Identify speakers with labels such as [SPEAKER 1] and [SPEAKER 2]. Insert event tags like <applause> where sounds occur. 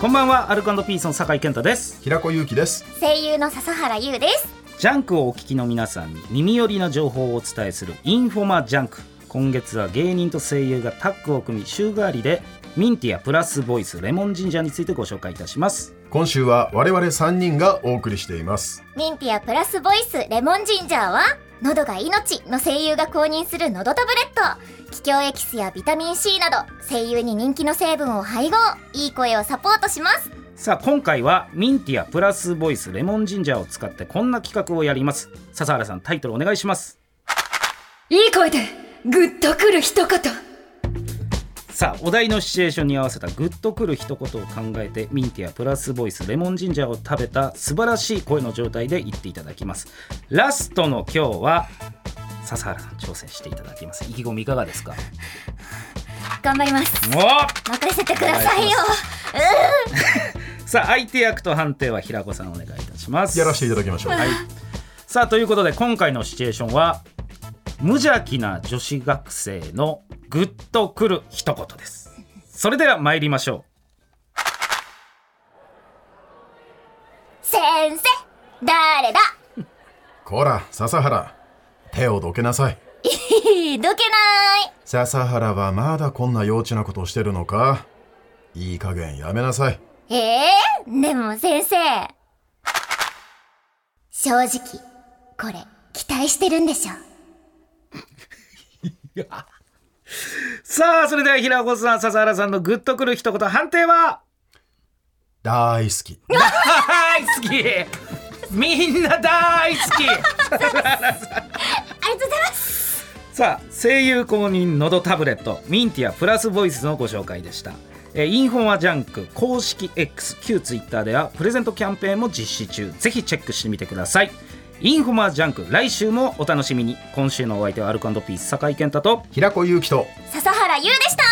[SPEAKER 1] こんばんはアルコピースの酒井健太です
[SPEAKER 2] 平子祐希です
[SPEAKER 3] 声優の笹原優です
[SPEAKER 1] ジャンクをお聞きの皆さんに耳寄りな情報をお伝えするインフォマジャンク今月は芸人と声優がタッグを組み週替わりでミンティアプラスボイスレモンジンジャーについてご紹介いたします
[SPEAKER 2] 今週は我々3人がお送りしています
[SPEAKER 3] ミンティアプラスボイスレモンジンジャーは喉が命の声優が公認する喉タブレット気胸エキスやビタミン C など声優に人気の成分を配合いい声をサポートします
[SPEAKER 1] さあ今回はミンティアプラスボイスレモンジンジャーを使ってこんな企画をやります笹原さんタイトルお願いします
[SPEAKER 4] いい声でグッとくる一言
[SPEAKER 1] さあお題のシチュエーションに合わせたグッとくる一言を考えてミンティアプラスボイスレモンジンジャーを食べた素晴らしい声の状態で言っていただきますラストの今日は笹原さん挑戦していただきます意気込みいかがですか
[SPEAKER 3] 頑張ります
[SPEAKER 1] おー
[SPEAKER 3] 任せてくださいよ
[SPEAKER 1] さあ相手役と判定は平子さんお願いいたします
[SPEAKER 2] やらせていただきましょう、
[SPEAKER 1] はい、さあということで今回のシチュエーションは無邪気な女子学生のグッとくる一言ですそれでは参りましょ
[SPEAKER 3] 先生誰だ
[SPEAKER 2] こら笹原手をどけなさい
[SPEAKER 3] どけない
[SPEAKER 2] 笹原はまだこんな幼稚なことをしてるのかいい加減やめなさい
[SPEAKER 3] えー、でも先生正直これ期待してるんでしょ
[SPEAKER 1] うさあそれでは平子さん笹原さんのグッとくる一言判定 <laughs> は
[SPEAKER 2] 大好き
[SPEAKER 1] 大好きみんな大好き
[SPEAKER 3] ありがとうございます
[SPEAKER 1] <laughs> さあ声優公認のどタブレットミンティアプラスボイスのご紹介でしたえーインフォマジャンク公式 X 旧 Twitter ではプレゼントキャンペーンも実施中ぜひチェックしてみてくださいインフォマジャンク来週もお楽しみに今週のお相手はアルコピース酒井健太と
[SPEAKER 2] 平子祐希と
[SPEAKER 3] 笹原優でした